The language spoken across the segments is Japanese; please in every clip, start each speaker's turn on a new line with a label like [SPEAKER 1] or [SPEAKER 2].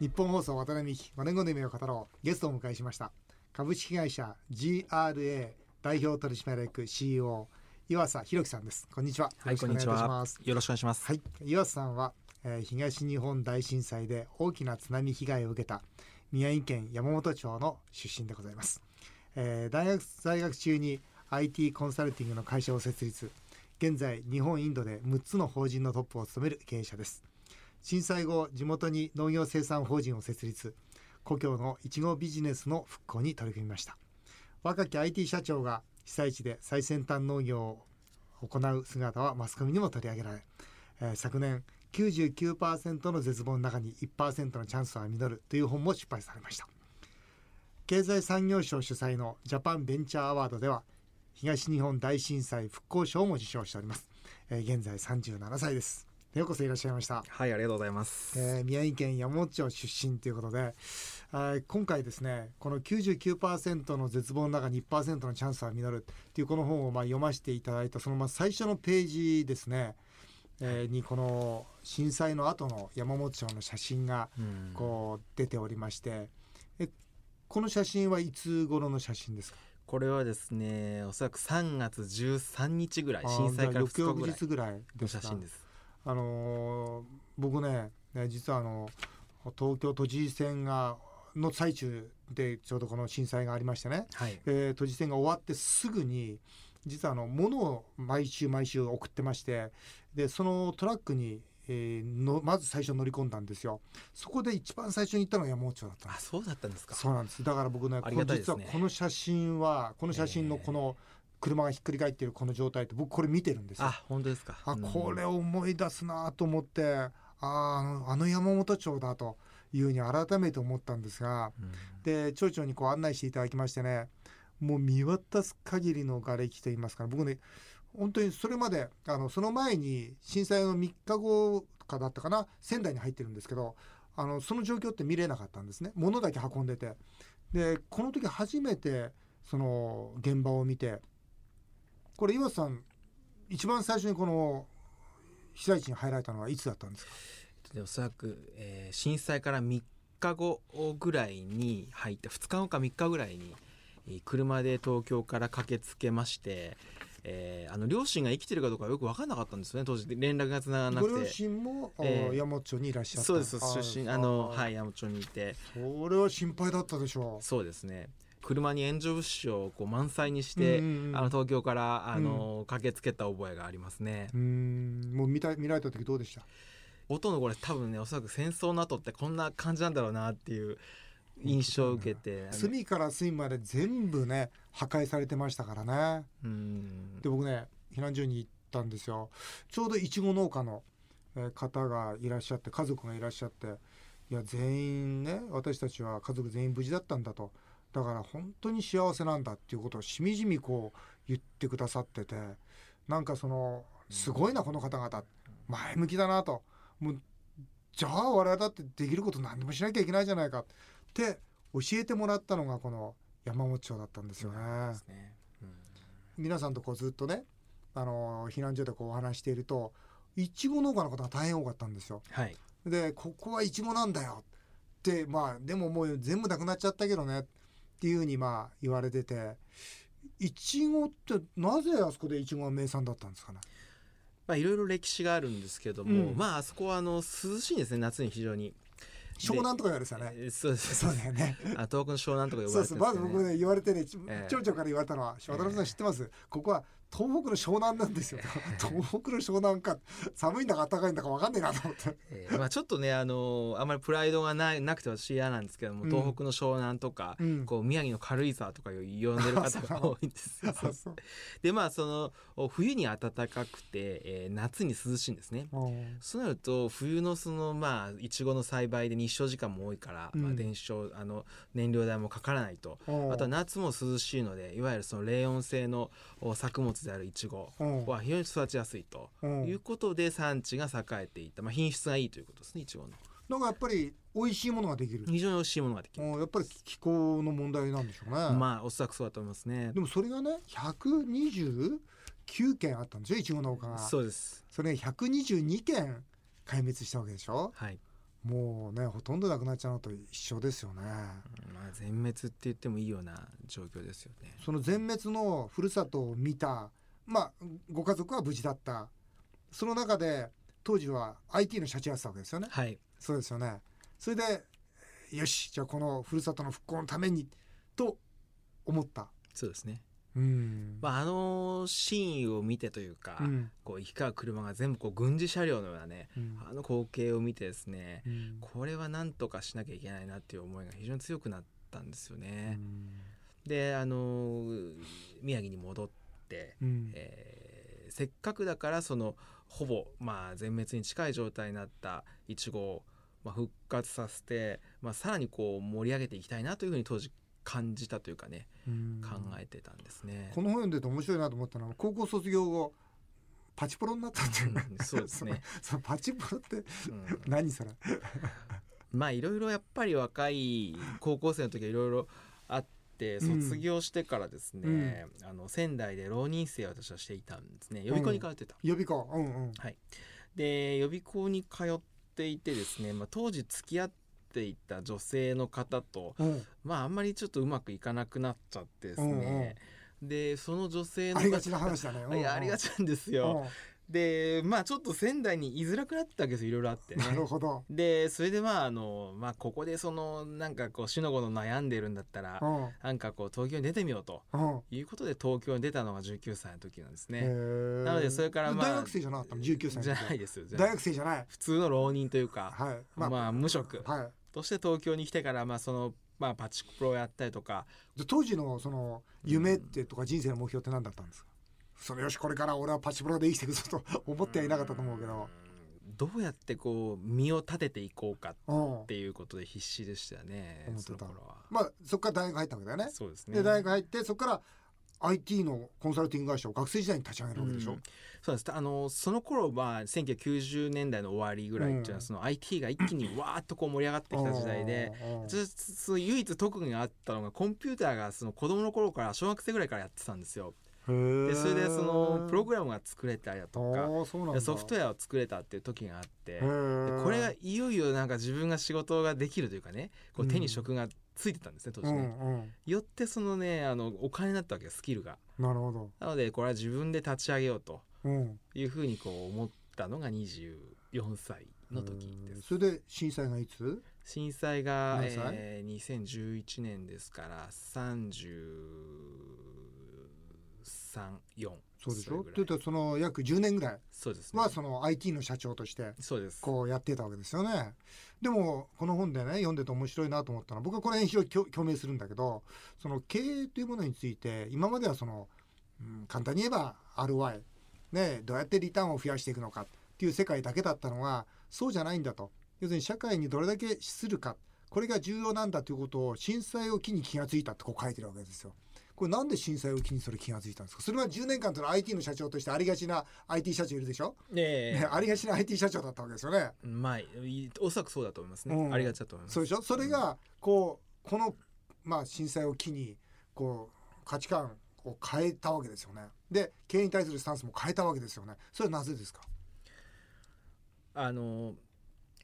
[SPEAKER 1] 日本放送渡辺美希マネゴンの夢を語ろうゲストをお迎えしました株式会社 GRA 代表取締役 CEO 岩佐弘樹さんですこんにちはよろしくお願いいたします
[SPEAKER 2] よろしくお願いします。
[SPEAKER 1] はい、岩瀬さんは、えー東日本大震災で大きな津波被害を受けた宮城県山本町の出身でございます、えー大学在学中に IT コンサルティングの会社を設立現在日本インドで6つの法人のトップを務める経営者です震災後地元に農業生産法人を設立故郷のいちごビジネスの復興に取り組みました若き IT 社長が被災地で最先端農業を行う姿はマスコミにも取り上げられえー昨年99%の絶望の中に1%のチャンスは実るという本も出版されました経済産業省主催のジャパンベンチャーアワードでは東日本大震災復興賞も受賞しております、えー現在37歳ですようこそいらっしゃいました、
[SPEAKER 2] はい、ありがとうございます。
[SPEAKER 1] えー宮城県山本町出身ということで、あー今回ですねこの99%の絶望の中に1%のチャンスは実るっていうこの本をまあ読ませていただいたそのまあ最初のページですね、えーにこの震災の後の山本町の写真が
[SPEAKER 2] うん
[SPEAKER 1] こう出ておりましてえこの写真はいつ頃の写真ですか
[SPEAKER 2] これはですね、おそらく3月13日ぐらい、
[SPEAKER 1] あー
[SPEAKER 2] 震災から
[SPEAKER 1] じゃあ
[SPEAKER 2] 2日
[SPEAKER 1] 翌
[SPEAKER 2] ぐらい
[SPEAKER 1] 日ぐらい
[SPEAKER 2] の
[SPEAKER 1] ですか
[SPEAKER 2] 写真です。
[SPEAKER 1] あのー僕ねね実はあの東京都知事選がの最中でちょうどこの震災がありましてね、
[SPEAKER 2] はい。
[SPEAKER 1] えー都知事選が終わってすぐに実はあの物を毎週毎週送ってましてでそのトラックに、えーのまず最初乗り込んだんですよそこで一番最初に行ったのが山本町だったん
[SPEAKER 2] あ、
[SPEAKER 1] です
[SPEAKER 2] そうだったんですか。
[SPEAKER 1] そうなんですだから僕ね
[SPEAKER 2] あ
[SPEAKER 1] こ
[SPEAKER 2] り
[SPEAKER 1] の
[SPEAKER 2] がたいで
[SPEAKER 1] 実
[SPEAKER 2] す
[SPEAKER 1] は
[SPEAKER 2] ね
[SPEAKER 1] この写真はこの写真のこの車がひっくり返っているこの状態って僕これ見てるんですよ
[SPEAKER 2] あ、本当ですか。
[SPEAKER 1] あ
[SPEAKER 2] うん
[SPEAKER 1] これを思い出すなと思って、あーあのあの山本町だというふうに改めて思ったんですが
[SPEAKER 2] うん
[SPEAKER 1] で町長にこう案内していただきましてねもう見渡す限りの瓦礫といいますか僕ね本当にそれまであのその前に震災の3日後かだったかな仙台に入ってるんですけどあのその状況って見れなかったんですね物だけ運んでてでこの時初めてその現場を見てこれ岩瀬さん一番最初にこの被災地に入られたのはいつだったんですか
[SPEAKER 2] でおそらく、えー震災から3日後ぐらいに入って2日後か3日ぐらいにえー車で東京から駆けつけまして、えーあの両親が生きてるかどうかよく分かんなかったんですよね当時連絡がつながらな
[SPEAKER 1] ご
[SPEAKER 2] く
[SPEAKER 1] 両
[SPEAKER 2] て。
[SPEAKER 1] 親も、あ
[SPEAKER 2] ええ
[SPEAKER 1] 山本町にいらっしゃった
[SPEAKER 2] そうです
[SPEAKER 1] ー
[SPEAKER 2] 出身あの
[SPEAKER 1] ー
[SPEAKER 2] はい山本町にいて
[SPEAKER 1] それは心配だったでしょう。
[SPEAKER 2] そうですね車に援助物資をこう満載にして、
[SPEAKER 1] うんうんうん
[SPEAKER 2] あの東京からあの、駆けつけた覚えがありますね
[SPEAKER 1] うーん、もう見た見られた時どうでした。
[SPEAKER 2] 音のこれ多分ねおそらく戦争の後ってこんな感じなんだろうなっていう印象を受けて
[SPEAKER 1] 隅から隅まで全部ね破壊されてましたからね。
[SPEAKER 2] うん
[SPEAKER 1] で僕ね避難所に行ったんですよ。ちょうどいちご農家のえー方がいらっしゃって家族がいらっしゃって、いや全員ね私たちは家族全員無事だったんだと。だから本当に幸せなんだっていうことをしみじみこう言ってくださっててなんかそのすごいなこの方々前向きだなともうじゃあ我々だってできること何でもしなきゃいけないじゃないかって教えてもらったのがこの山本町だったんですよね。
[SPEAKER 2] ですね
[SPEAKER 1] 皆さんとこうずっとね、あの避難所でこうお話しているといちご農家の方が大変多かったんですよ。
[SPEAKER 2] はい
[SPEAKER 1] でここはいちごなんだよってまあでももう全部なくなっちゃったけどねっていうふうにまあ言われてていちごってなぜあそこでいちごが名産だったんですかね。
[SPEAKER 2] まあいろいろ歴史があるんですけども、
[SPEAKER 1] うん
[SPEAKER 2] まああそこはあの涼しいんですね夏に非常に
[SPEAKER 1] 湘南とか言われてたね。
[SPEAKER 2] えーそうです
[SPEAKER 1] そうだよね。
[SPEAKER 2] あ東北の湘南とか呼ば
[SPEAKER 1] そう
[SPEAKER 2] れ
[SPEAKER 1] そ
[SPEAKER 2] て
[SPEAKER 1] うん
[SPEAKER 2] るで
[SPEAKER 1] ますず
[SPEAKER 2] よね
[SPEAKER 1] 僕ね言われてねち
[SPEAKER 2] ええ
[SPEAKER 1] 町長から言われたのは「渡辺さん
[SPEAKER 2] ええ
[SPEAKER 1] 知ってますここは東北の湘南なんですよ」東北の湘南か寒いんだか暖かいんだか分かんねえなと思って。
[SPEAKER 2] えーまあちょっとねあのーあんまりプライドがないなくて私嫌なんですけども、
[SPEAKER 1] うん
[SPEAKER 2] 東北の湘南とか、
[SPEAKER 1] うん
[SPEAKER 2] こう宮城の軽井沢とか呼んでる 方が多いんですよ。
[SPEAKER 1] そうそう
[SPEAKER 2] でまあそのお冬に暖かくて、えー夏に涼しいんですね。
[SPEAKER 1] うん
[SPEAKER 2] そうなると冬のそのまあいちごの栽培で日照時間も多いから、ま
[SPEAKER 1] う
[SPEAKER 2] あ、
[SPEAKER 1] ん
[SPEAKER 2] 電照あの燃料代もかからないと、
[SPEAKER 1] うん
[SPEAKER 2] あとは夏も涼しいのでいわゆるその冷温性のお作物であるいちご
[SPEAKER 1] うん
[SPEAKER 2] は非常に育ちやすいと
[SPEAKER 1] うん
[SPEAKER 2] いうことで産地が栄えていった、まあ、品質がいいということですねいちごの。
[SPEAKER 1] なんかやっぱり美味しいものができる。
[SPEAKER 2] 非常に美味しいものができ
[SPEAKER 1] うん
[SPEAKER 2] る。
[SPEAKER 1] やっぱり気候の問題なんでしょうね。
[SPEAKER 2] まあおそらくそうだと思いますね
[SPEAKER 1] で。もそれがね129件あったんですよいちご農家が。
[SPEAKER 2] そうです。
[SPEAKER 1] それが122件壊滅したわけでしょ。
[SPEAKER 2] はい。
[SPEAKER 1] もうねほとんどなくなっちゃうのと一緒ですよね。
[SPEAKER 2] まあ、全滅って言ってもいいような状況ですよね。
[SPEAKER 1] その全滅のふるさとを見た、まあ、ご家族は無事だったその中で当時は IT の社長やってたわけですよね。
[SPEAKER 2] はい、
[SPEAKER 1] そうですよね。それでよしじゃあこのふるさとの復興のためにと思った。
[SPEAKER 2] そうですね。
[SPEAKER 1] うん
[SPEAKER 2] まあ、あのシーンを見てというか、
[SPEAKER 1] うん
[SPEAKER 2] こう行き交う車が全部こう軍事車両のようなね、
[SPEAKER 1] うん
[SPEAKER 2] あの光景を見てですね、
[SPEAKER 1] うん
[SPEAKER 2] これはなんとかしなきゃいけないなっていう思いが非常に強くなったんですよ
[SPEAKER 1] う
[SPEAKER 2] ね。
[SPEAKER 1] ん
[SPEAKER 2] で、あのー宮城に戻って、
[SPEAKER 1] うん
[SPEAKER 2] えーせっかくだからそのほぼ、まあ、全滅に近い状態になったイチゴを、まあ、復活させて、まあ、さらにこう盛り上げていきたいなというふうに当時感じたというかね
[SPEAKER 1] うん
[SPEAKER 2] 考えてたんですね。
[SPEAKER 1] この本読んでて面白いなと思ったのは高校卒業後パチプロになったっていうね、
[SPEAKER 2] うんそうですね
[SPEAKER 1] そのパチプロって
[SPEAKER 2] うん
[SPEAKER 1] 何それ、
[SPEAKER 2] まあいろいろやっぱり若い高校生の時はいろいろあって
[SPEAKER 1] うん
[SPEAKER 2] 卒業してからですね、あの仙台で浪人生を私はしていたんですね予備校に通ってた、
[SPEAKER 1] 予備校うんうん
[SPEAKER 2] で予備校に通っていてですね、まあ、当時付き合っていた女性の方と
[SPEAKER 1] うん
[SPEAKER 2] まああんまりちょっとうまくいかなくなっちゃってですね、でその女性の
[SPEAKER 1] あ
[SPEAKER 2] 方
[SPEAKER 1] りがちな話だね、うんうん
[SPEAKER 2] いやありがちなんですよ、でまあちょっと仙台に居づらくなったわけですよいろいろあって
[SPEAKER 1] うん
[SPEAKER 2] ね
[SPEAKER 1] なるほど、
[SPEAKER 2] でそれでまああの、まあ、ここでそのなんかこうしのごの悩んでるんだったら
[SPEAKER 1] うんうん
[SPEAKER 2] なんかこう東京に出てみようということで東京に出たのが19歳の時なんですね。
[SPEAKER 1] な
[SPEAKER 2] なのでそれからまあ
[SPEAKER 1] 大学生じゃなかったの19歳の時
[SPEAKER 2] じゃないですよじゃない
[SPEAKER 1] 大学生じゃない
[SPEAKER 2] 普通の浪人というか、
[SPEAKER 1] はい
[SPEAKER 2] まあ無職
[SPEAKER 1] はい
[SPEAKER 2] として東京に来てからまあその、まあ、パチプロをやったりとか
[SPEAKER 1] で当時のその夢ってとか人生の目標って何だったんですか、それよしこれから俺はパチプロで生きていくぞと思ってはいなかったと思うけど
[SPEAKER 2] うんどうやってこう身を立てていこうかっ
[SPEAKER 1] うん
[SPEAKER 2] ていうことで必死でしたね
[SPEAKER 1] 思って
[SPEAKER 2] そ
[SPEAKER 1] た
[SPEAKER 2] の頃は。
[SPEAKER 1] まあそこから大学入ったわけだよね
[SPEAKER 2] そうですね
[SPEAKER 1] で大学入ってそこから IT のコンサルティング会社を学生時代に立ち上げるわけでしょ、
[SPEAKER 2] うんそうですあのその頃は1990年代の終わりぐらいって
[SPEAKER 1] う
[SPEAKER 2] いうのは
[SPEAKER 1] ん
[SPEAKER 2] その IT が一気にわーっとこう盛り上がってきた時代で。
[SPEAKER 1] うん、うん
[SPEAKER 2] ちょその唯一特技があったのがコンピューターがその子供の頃から小学生ぐらいからやってたんですよ。
[SPEAKER 1] へ
[SPEAKER 2] で
[SPEAKER 1] え
[SPEAKER 2] それでそのプログラムが作れたりだと
[SPEAKER 1] あ
[SPEAKER 2] か
[SPEAKER 1] ーそうなん
[SPEAKER 2] で
[SPEAKER 1] だ
[SPEAKER 2] ソフトウ
[SPEAKER 1] へ
[SPEAKER 2] ェアを作れたっていう時があっ
[SPEAKER 1] え
[SPEAKER 2] てでこれがいよいよなんか自分が仕事ができるというかねこう手に職がついてたんですね当
[SPEAKER 1] う
[SPEAKER 2] 時
[SPEAKER 1] ん
[SPEAKER 2] ね。
[SPEAKER 1] うん
[SPEAKER 2] よってそのねあのお金になったわけですスキルが。
[SPEAKER 1] なるほど、
[SPEAKER 2] なのでこれは自分で立ち上げようと。
[SPEAKER 1] うん、
[SPEAKER 2] いうふうにこう思ったのが24歳の時で
[SPEAKER 1] うん
[SPEAKER 2] す。
[SPEAKER 1] それで震災がいつ
[SPEAKER 2] 震災が、
[SPEAKER 1] 何歳
[SPEAKER 2] えー、2011年ですから334
[SPEAKER 1] そうでしょって
[SPEAKER 2] それぐらい
[SPEAKER 1] 言ったらその約10年ぐらい
[SPEAKER 2] そうですね
[SPEAKER 1] はその IT の社長として
[SPEAKER 2] そうです
[SPEAKER 1] こうやってたわけですよね。でもこの本でね読んでて面白いなと思ったのは僕はこれに非常に共共鳴するんだけどその経営というものについて今まではその、うん簡単に言えば ROI、ね、どうやってリターンを増やしていくのかっていう世界だけだったのがそうじゃないんだと要するに社会にどれだけ資するかこれが重要なんだということを震災を機に気がついたってこう書いてるわけですよ。これなんで震災を機にそれ気がついたんですかそれは10年間との IT の社長としてありがちな IT 社長いるでしょ、
[SPEAKER 2] え
[SPEAKER 1] ねありがちな IT 社長だったわけですよね。
[SPEAKER 2] えまあいおそらくそうだと思いますね、
[SPEAKER 1] うん
[SPEAKER 2] ありがちだと思います
[SPEAKER 1] そうでしょそれがこうこの、まあ、震災を機にこう価値観を変えたわけですよねで経営に対するスタンスも変えたわけですよねそれはなぜですか
[SPEAKER 2] あの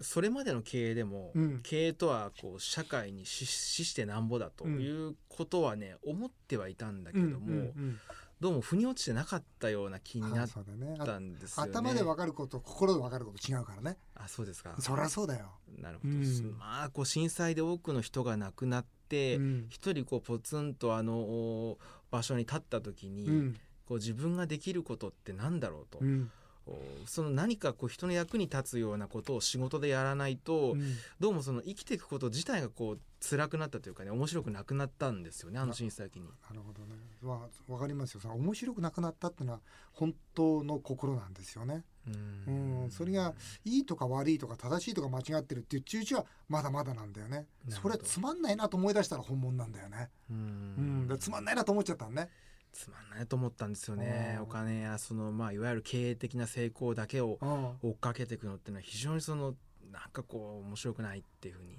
[SPEAKER 2] それまでの経営でも、
[SPEAKER 1] うん
[SPEAKER 2] 経営とはこう社会に資資してなんぼだということはね、思ってはいたんだけども、
[SPEAKER 1] うん
[SPEAKER 2] どうも腑に落ちてなかったような気
[SPEAKER 1] うん
[SPEAKER 2] に
[SPEAKER 1] あ
[SPEAKER 2] なっ
[SPEAKER 1] そうだよねあ
[SPEAKER 2] たんですよね。
[SPEAKER 1] 頭で分かること心で分かること違うからね
[SPEAKER 2] あそうですか。
[SPEAKER 1] そりゃそうだよ、
[SPEAKER 2] なるほど。
[SPEAKER 1] うん
[SPEAKER 2] まあこう震災で多くの人が亡くなっ
[SPEAKER 1] う
[SPEAKER 2] て、
[SPEAKER 1] ん
[SPEAKER 2] 一人こうポツンとあのお場所に立った時に、
[SPEAKER 1] うん
[SPEAKER 2] こう自分ができることってなんだろうと、
[SPEAKER 1] うん
[SPEAKER 2] おその何かこう人の役に立つようなことを仕事でやらないと、
[SPEAKER 1] うん
[SPEAKER 2] どうもその生きていくこと自体がこう辛くなったというかね面白くなくなったんですよねあの震災期に。
[SPEAKER 1] なるほどねわ分かりますよその面白くなくなったってのは本当の心なんですよね
[SPEAKER 2] うん
[SPEAKER 1] うんそれがいいとか悪いとか正しいとか間違ってるっていう中止はまだまだなんだよね
[SPEAKER 2] なる
[SPEAKER 1] そ
[SPEAKER 2] ほど
[SPEAKER 1] れつまんないなと思い出したら本物なんだよね
[SPEAKER 2] う
[SPEAKER 1] うんんだからつまんないなと思っちゃったのね
[SPEAKER 2] つまんないと思ったんですよね
[SPEAKER 1] うん
[SPEAKER 2] お金やそのまあいわゆる経営的な成功だけを
[SPEAKER 1] うん
[SPEAKER 2] 追っかけていくのっていうのは非常にそのなんかこう面白くないっていうふうに
[SPEAKER 1] うん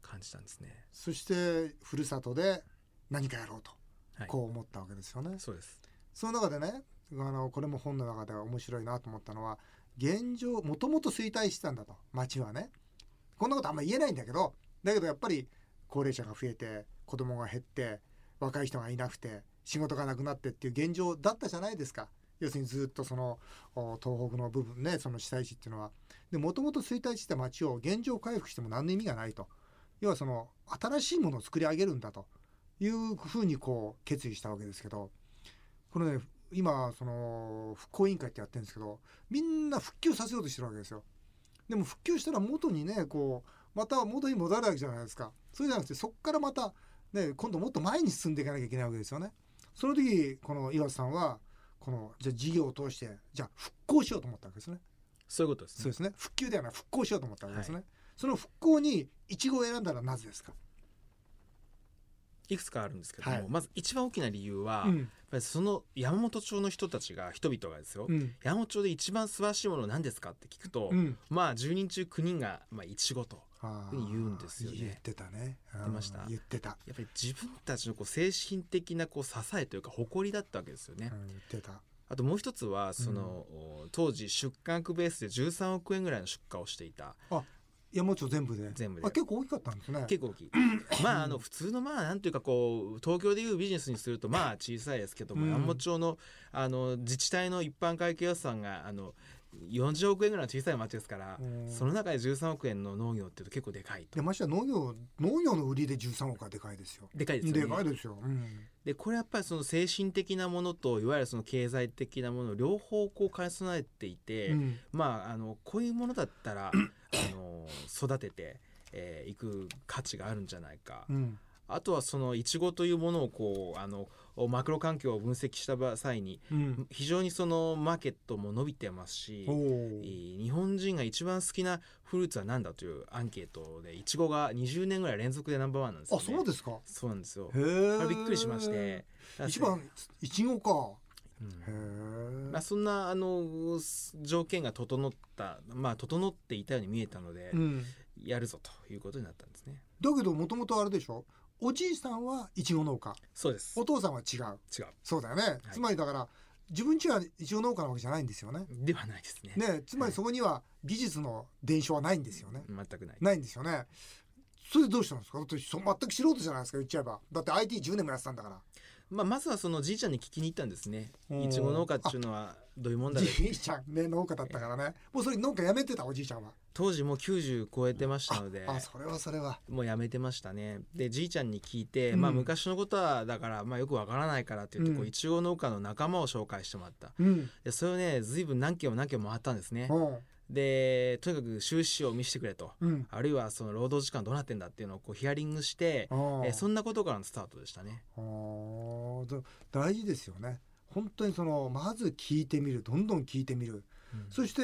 [SPEAKER 2] 感じたんですね
[SPEAKER 1] そしてふるさとで何かやろうと
[SPEAKER 2] はい
[SPEAKER 1] こう思ったわけですよね
[SPEAKER 2] そうです
[SPEAKER 1] その中でねあのこれも本の中で面白いなと思ったのは現状もともと衰退してたんだと町はねここんなことあんま言えないんだけどだけどやっぱり高齢者が増えて子供が減って若い人がいなくて仕事がなくなってっていう現状だったじゃないですか要するにずっとそのお東北の部分ねその被災地っていうのは。でもともと衰退してた町を現状回復しても何の意味がないと要はその新しいものを作り上げるんだというふうにこう決意したわけですけどこのね今その復興委員会ってやってるんですけどみんな復旧させようとしてるわけですよ。でも復旧したら元にねこうまた元に戻るわけじゃないですかそうじゃなくてそこからまた、ね、今度もっと前に進んでいかなきゃいけないわけですよね。その時この岩瀬さんはこのじゃあ事業を通してじゃあ復興しようと思ったわけですね。
[SPEAKER 2] そういうことです
[SPEAKER 1] そう
[SPEAKER 2] ね
[SPEAKER 1] ですね復旧ではない復興しようと思ったわけですね。その復興にイチゴを選んだらなぜですか。
[SPEAKER 2] いくつかあるんですけども、
[SPEAKER 1] はい
[SPEAKER 2] まず一番大きな理由は、
[SPEAKER 1] う
[SPEAKER 2] やっ
[SPEAKER 1] ん
[SPEAKER 2] ぱりその山本町の人たちが人々がですよ、
[SPEAKER 1] うん
[SPEAKER 2] 山本町で一番素晴らしいものは何ですかって聞くと、
[SPEAKER 1] うん
[SPEAKER 2] まあ10人中9人がまあいちごと
[SPEAKER 1] あ
[SPEAKER 2] ふう
[SPEAKER 1] ー
[SPEAKER 2] に言うんですよね
[SPEAKER 1] 言ってたね。言
[SPEAKER 2] ってました
[SPEAKER 1] 言ってた。
[SPEAKER 2] やっぱり自分たちのこう精神的なこう支えというか誇りだったわけですよね。
[SPEAKER 1] うん言ってた。
[SPEAKER 2] あともう一つはその、お当時出荷額ベースで13億円ぐらいの出荷をしていた
[SPEAKER 1] 山本町全部で。
[SPEAKER 2] 全部で
[SPEAKER 1] あ結構大きかったんですね。
[SPEAKER 2] 結構大きい、まああの普通のまあなんていうかこう東京でいうビジネスにするとまあ小さいですけども、
[SPEAKER 1] うん
[SPEAKER 2] 山本町のあの自治体の一般会計予算があの40億円ぐらいの小さい町ですから、
[SPEAKER 1] うん
[SPEAKER 2] その中で13億円の農業っていうと結構でかいと
[SPEAKER 1] で。ましては農業農業の売りで13億はでかいですよ。
[SPEAKER 2] でかいですよね。
[SPEAKER 1] でかいですよ。うん
[SPEAKER 2] でこれやっぱりその精神的なものといわゆるその経済的なもの両方こう兼ね備えていて、
[SPEAKER 1] うん
[SPEAKER 2] まああのこういうものだったらあの育てて。えー、いく価値があるんじゃないか、
[SPEAKER 1] うん
[SPEAKER 2] あとはそのいちごというものをこうあのマクロ環境を分析した場際に
[SPEAKER 1] うん。
[SPEAKER 2] 非常にそのマーケットも伸びてますし
[SPEAKER 1] お、
[SPEAKER 2] え
[SPEAKER 1] ー
[SPEAKER 2] ー日本人が一番好きなフルーツは何だというアンケートでいちごが20年ぐらい連続でナンバーワンなんですよ、
[SPEAKER 1] あ
[SPEAKER 2] ね、
[SPEAKER 1] そうですか。
[SPEAKER 2] そうなんですよ
[SPEAKER 1] へ
[SPEAKER 2] あ
[SPEAKER 1] え。
[SPEAKER 2] れびっくりしまして。
[SPEAKER 1] 一番いちごか。
[SPEAKER 2] うん
[SPEAKER 1] へえ。
[SPEAKER 2] まあ、そんなあのす条件が整った、まあ、整っていたように見えたので、
[SPEAKER 1] うん。
[SPEAKER 2] やるぞということになったんですね。
[SPEAKER 1] だけどもともとあれでしょおじいさんはいちご農家
[SPEAKER 2] そうです
[SPEAKER 1] お父さんは違う
[SPEAKER 2] 違う
[SPEAKER 1] そうだよね、つまりだから自分ちはいちご農家なわけじゃないんですよね
[SPEAKER 2] ではないですね。
[SPEAKER 1] ねつまりそこには技術の伝承はないんですよね、
[SPEAKER 2] 全くない。
[SPEAKER 1] ないんですよねそれでどうしたんですかだってそ全く素人じゃないですか言っちゃえばだって IT10 年もやってたんだから
[SPEAKER 2] まあ、まずはそのじいちゃんに聞きに行ったんですね。
[SPEAKER 1] うん
[SPEAKER 2] いちご農家っていうのはどういうもんだろう
[SPEAKER 1] じいちゃんね農家だったからねもうそれ農家やめてたおじいちゃんは
[SPEAKER 2] 当時もう90超えてましたので。
[SPEAKER 1] あそれはそれは
[SPEAKER 2] もうやめてましたねでじいちゃんに聞いて、
[SPEAKER 1] うん
[SPEAKER 2] まあ、昔のことはだから、まあ、よくわからないからって言ってこ
[SPEAKER 1] う
[SPEAKER 2] うんいちご農家の仲間を紹介してもらった
[SPEAKER 1] うん
[SPEAKER 2] でそれをね随分何軒も何軒も回ったんですね
[SPEAKER 1] うん
[SPEAKER 2] でとにかく収支を見せてくれと
[SPEAKER 1] うん
[SPEAKER 2] あるいはその労働時間どうなってんだっていうのをこうヒアリングして、えーそんなことからのスタートでしたね。
[SPEAKER 1] ああ、だ大事ですよね。本当にそのまず聞いてみる、どんどん聞いてみる。そして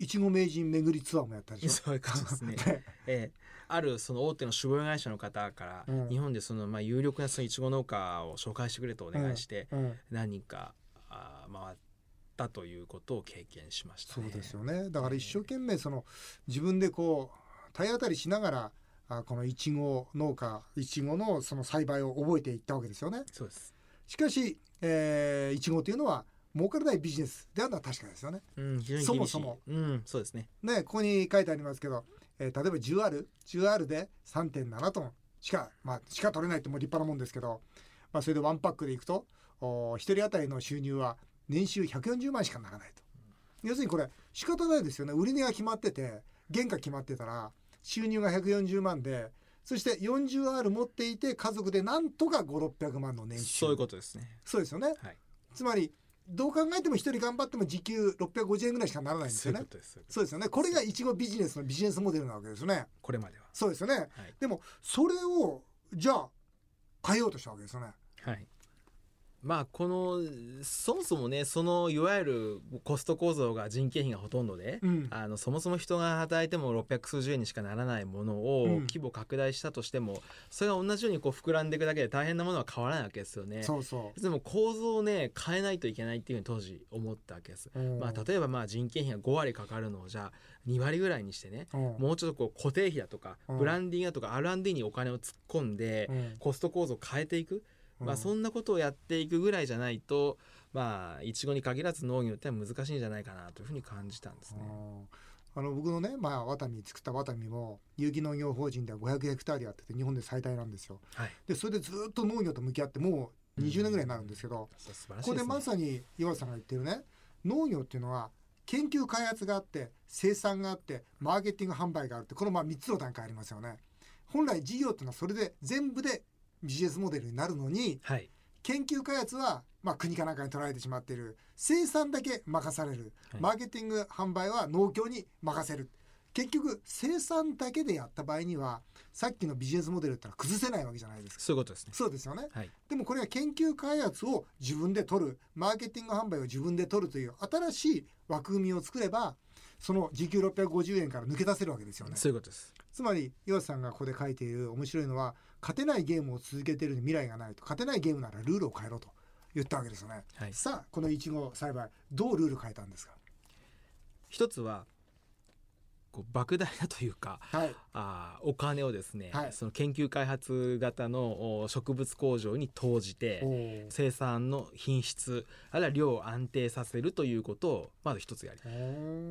[SPEAKER 1] いちご名人巡りツアーもやったでしょ。、
[SPEAKER 2] そういう感じですね
[SPEAKER 1] ね
[SPEAKER 2] えーあるその大手の種苗会社の方から、
[SPEAKER 1] うん
[SPEAKER 2] 日本でそのまあ有力なそのいちご農家を紹介してくれとお願いして、
[SPEAKER 1] うん、
[SPEAKER 2] 何人かあー回ったということを経験しました、
[SPEAKER 1] そ
[SPEAKER 2] ね、
[SPEAKER 1] うですよね。だから一生懸命その自分でこう体当たりしながら。あこのいちご農家いちごのその栽培を覚えていったわけですよね
[SPEAKER 2] そうです
[SPEAKER 1] しかし、えー、いちごというのは儲からないビジネスであるのは確かですよね
[SPEAKER 2] うん非常に厳しい
[SPEAKER 1] そもそも
[SPEAKER 2] うんそうですね
[SPEAKER 1] ね、ここに書いてありますけど、えー例えば 10R、10R で3.7トンしか、まあ、しか取れないってもう立派なもんですけど、まあ、それでワンパックでいくと、お1人当たりの収入は年収140万しかならないと。要するにこれ、仕方ないですよね。売り値が決まってて、原価決まってたら、収入が140万で、そして 40R 持っていて、家族でなんとか5、600万の年収。
[SPEAKER 2] そういうことですね
[SPEAKER 1] そうですよね。
[SPEAKER 2] はい
[SPEAKER 1] つまり、どう考えても1人頑張っても時給650円ぐらいしかならないんです
[SPEAKER 2] そう
[SPEAKER 1] よ
[SPEAKER 2] い
[SPEAKER 1] ね
[SPEAKER 2] うこ。とですそういうこと
[SPEAKER 1] そうですよね。これがいちごビジネスのビジネスモデルなわけですよね。
[SPEAKER 2] これまでは
[SPEAKER 1] そうですよね。
[SPEAKER 2] はい
[SPEAKER 1] でも、それを、じゃあ、変えようとしたわけですよね。
[SPEAKER 2] はい。まあこのそもそもねそのいわゆるコスト構造が人件費がほとんどで、
[SPEAKER 1] うん。
[SPEAKER 2] あのそもそも人が働いても600数十円にしかならないものを
[SPEAKER 1] うん
[SPEAKER 2] 規模拡大したとしても、それが同じようにこう膨らんでいくだけで大変なものは変わらないわけですよね。
[SPEAKER 1] そうそ
[SPEAKER 2] でも構造をね変えないといけないっていうふうに当時思ったわけです。
[SPEAKER 1] う。うん
[SPEAKER 2] まあ、例えばまあ人件費が5割かかるのをじゃあ2割ぐらいにしてね
[SPEAKER 1] うん
[SPEAKER 2] もうちょっとこう固定費だとか
[SPEAKER 1] うん
[SPEAKER 2] ブランディングだとか R&D にお金を突っ込んで
[SPEAKER 1] うん
[SPEAKER 2] コスト構造を変えていくまあ、そ
[SPEAKER 1] うん
[SPEAKER 2] なことをやっていくぐらいじゃないとまあいちごに限らず農業ってのは難しいんじゃないかなというふうに感じたんですね。
[SPEAKER 1] んあの僕のね、まあ、ワタミ作ったワタミも有機農業法人では500ヘクタールやってて日本で最大なんですよ
[SPEAKER 2] はい
[SPEAKER 1] でそれでずっと農業と向き合ってもう20年ぐらいになるんですけど、
[SPEAKER 2] そう素晴らしい
[SPEAKER 1] ここ
[SPEAKER 2] で
[SPEAKER 1] です
[SPEAKER 2] ね
[SPEAKER 1] まさに岩田さんが言ってるね農業っていうのは研究開発があって生産があってマーケティング販売があるってこのまあ3つの段階ありますよね本来事業っていうのはそれで全部でビジネスモデルになるのに
[SPEAKER 2] はい
[SPEAKER 1] 研究開発はまあ国かなんかに取られてしまっている生産だけ任される
[SPEAKER 2] はい
[SPEAKER 1] マーケティング販売は農協に任せる結局生産だけでやった場合にはさっきのビジネスモデルってのは崩せないわけじゃないですか
[SPEAKER 2] そういうことですね
[SPEAKER 1] そうですよね
[SPEAKER 2] はい
[SPEAKER 1] でもこれは研究開発を自分で取るマーケティング販売を自分で取るという新しい枠組みを作ればその時給650円から抜け出せるわけですよね
[SPEAKER 2] そういうことです
[SPEAKER 1] つまり岩瀬さんがここで書いている面白いのは勝てないゲームを続けているに未来がないと勝てないゲームならルールを変えろと言ったわけですよね
[SPEAKER 2] はい
[SPEAKER 1] さあこのいちご栽培どうルール変えたんですか
[SPEAKER 2] 一つはこう莫大なというか
[SPEAKER 1] はい
[SPEAKER 2] あーお金をですね、
[SPEAKER 1] はい
[SPEAKER 2] その研究開発型のお植物工場に投じて
[SPEAKER 1] おー
[SPEAKER 2] 生産の品質あるいは量を安定させるということをまず一つやり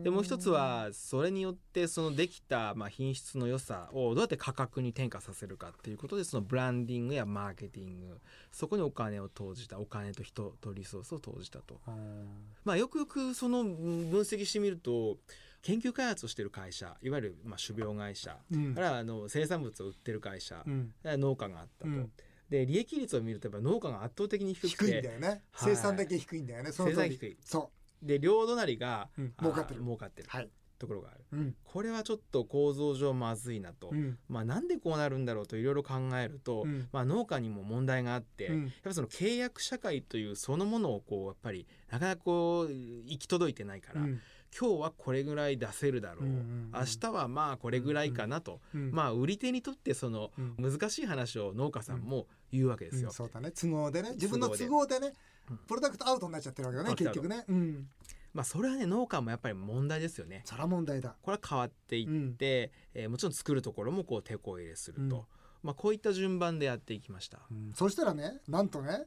[SPEAKER 2] でもう一つはそれによってそのできたまあ品質の良さをどうやって価格に転嫁させるかっていうことでそのブランディングやマーケティングそこにお金を投じたお金と人とリソースを投じたと。
[SPEAKER 1] うーん
[SPEAKER 2] まあ、よくよくそのうん分析してみると研究開発をしている会社いわゆるまあ種苗会社
[SPEAKER 1] うん
[SPEAKER 2] からあの生産物を売ってる会社
[SPEAKER 1] うん
[SPEAKER 2] 農家があったと。
[SPEAKER 1] うん
[SPEAKER 2] で利益率を見るとやっぱ農家が圧倒的に低
[SPEAKER 1] 低
[SPEAKER 2] く
[SPEAKER 1] いん
[SPEAKER 2] て
[SPEAKER 1] だよね
[SPEAKER 2] はい
[SPEAKER 1] 生産だけ低いんだよねその通
[SPEAKER 2] 生産低
[SPEAKER 1] り
[SPEAKER 2] い
[SPEAKER 1] そ
[SPEAKER 2] で両隣が、
[SPEAKER 1] ううん
[SPEAKER 2] あー
[SPEAKER 1] 儲かってる
[SPEAKER 2] 儲かってる
[SPEAKER 1] はい
[SPEAKER 2] ところがある。
[SPEAKER 1] うん
[SPEAKER 2] これはちょっと構造上まずいなと、
[SPEAKER 1] うん
[SPEAKER 2] まあ、なんでこうなるんだろうといろいろ考えると、
[SPEAKER 1] うん
[SPEAKER 2] まあ、農家にも問題があって、
[SPEAKER 1] う
[SPEAKER 2] やっ
[SPEAKER 1] ん
[SPEAKER 2] ぱりその契約社会というそのものをこうやっぱりなかなかこう行き届いてないから、
[SPEAKER 1] うん
[SPEAKER 2] 今日はこれぐらい出せるだろう、
[SPEAKER 1] うんうんうん
[SPEAKER 2] 明日はまあこれぐらいかなと、
[SPEAKER 1] うん
[SPEAKER 2] まあ売り手にとってその
[SPEAKER 1] うん
[SPEAKER 2] 難しい話を農家さんも言うわけです
[SPEAKER 1] う
[SPEAKER 2] よ
[SPEAKER 1] ん。そうだね都合でね自分の
[SPEAKER 2] 都合で
[SPEAKER 1] 都合でね
[SPEAKER 2] うん
[SPEAKER 1] プロダクトアウトになっちゃってるわけよね
[SPEAKER 2] プロ
[SPEAKER 1] 結
[SPEAKER 2] ダクト
[SPEAKER 1] 局ねうん
[SPEAKER 2] まあ、それはね農家もやっぱり問題ですよね。
[SPEAKER 1] そら問題だ
[SPEAKER 2] これは変わっていっ
[SPEAKER 1] うん
[SPEAKER 2] て、えーもちろん作るところもこう手こ入れすると、
[SPEAKER 1] うん
[SPEAKER 2] まあ、こういった順番でやっていきました。
[SPEAKER 1] うんそしたらねなんとね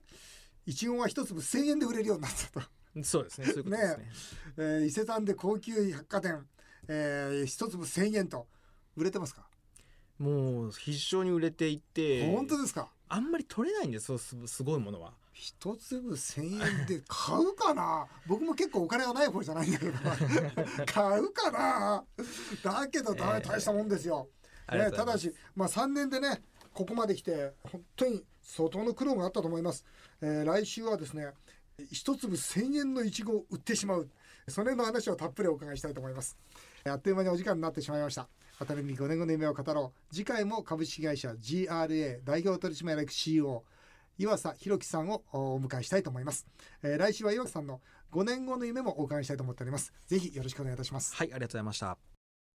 [SPEAKER 1] いちごは一粒1000円で売れるようになったと
[SPEAKER 2] そうですね。そういうことですね。
[SPEAKER 1] えー伊勢丹で高級百貨店えー一粒1000円と売れてますか
[SPEAKER 2] もう必勝に売れていて、
[SPEAKER 1] 本当ですか
[SPEAKER 2] あんまり取れないんですよ。すすごいものは。
[SPEAKER 1] 一粒1000円で買うか な僕も結構お金がない方じゃないんだけどな買うかなだけど大
[SPEAKER 2] えー
[SPEAKER 1] 大したもんですよ
[SPEAKER 2] ありが
[SPEAKER 1] ね、
[SPEAKER 2] とう
[SPEAKER 1] た
[SPEAKER 2] ござい
[SPEAKER 1] だ
[SPEAKER 2] ます
[SPEAKER 1] し、まあ、3年でねここまで来て本当に相当の苦労があったと思います、えー来週はですね一粒1000円のいちごを売ってしまうその辺の話をたっぷりお伺いしたいと思いますえーあっという間にお時間になってしまいました渡辺美5年後の夢を語ろう次回も株式会社 GRA 代表取締役 CEO 岩佐弘樹さんをおお迎えしたいと思います、えー来週は岩佐さんの5年後の夢もお伺いしたいと思っておりますぜひよろしくお願いいたします
[SPEAKER 2] はい、ありがとうございました。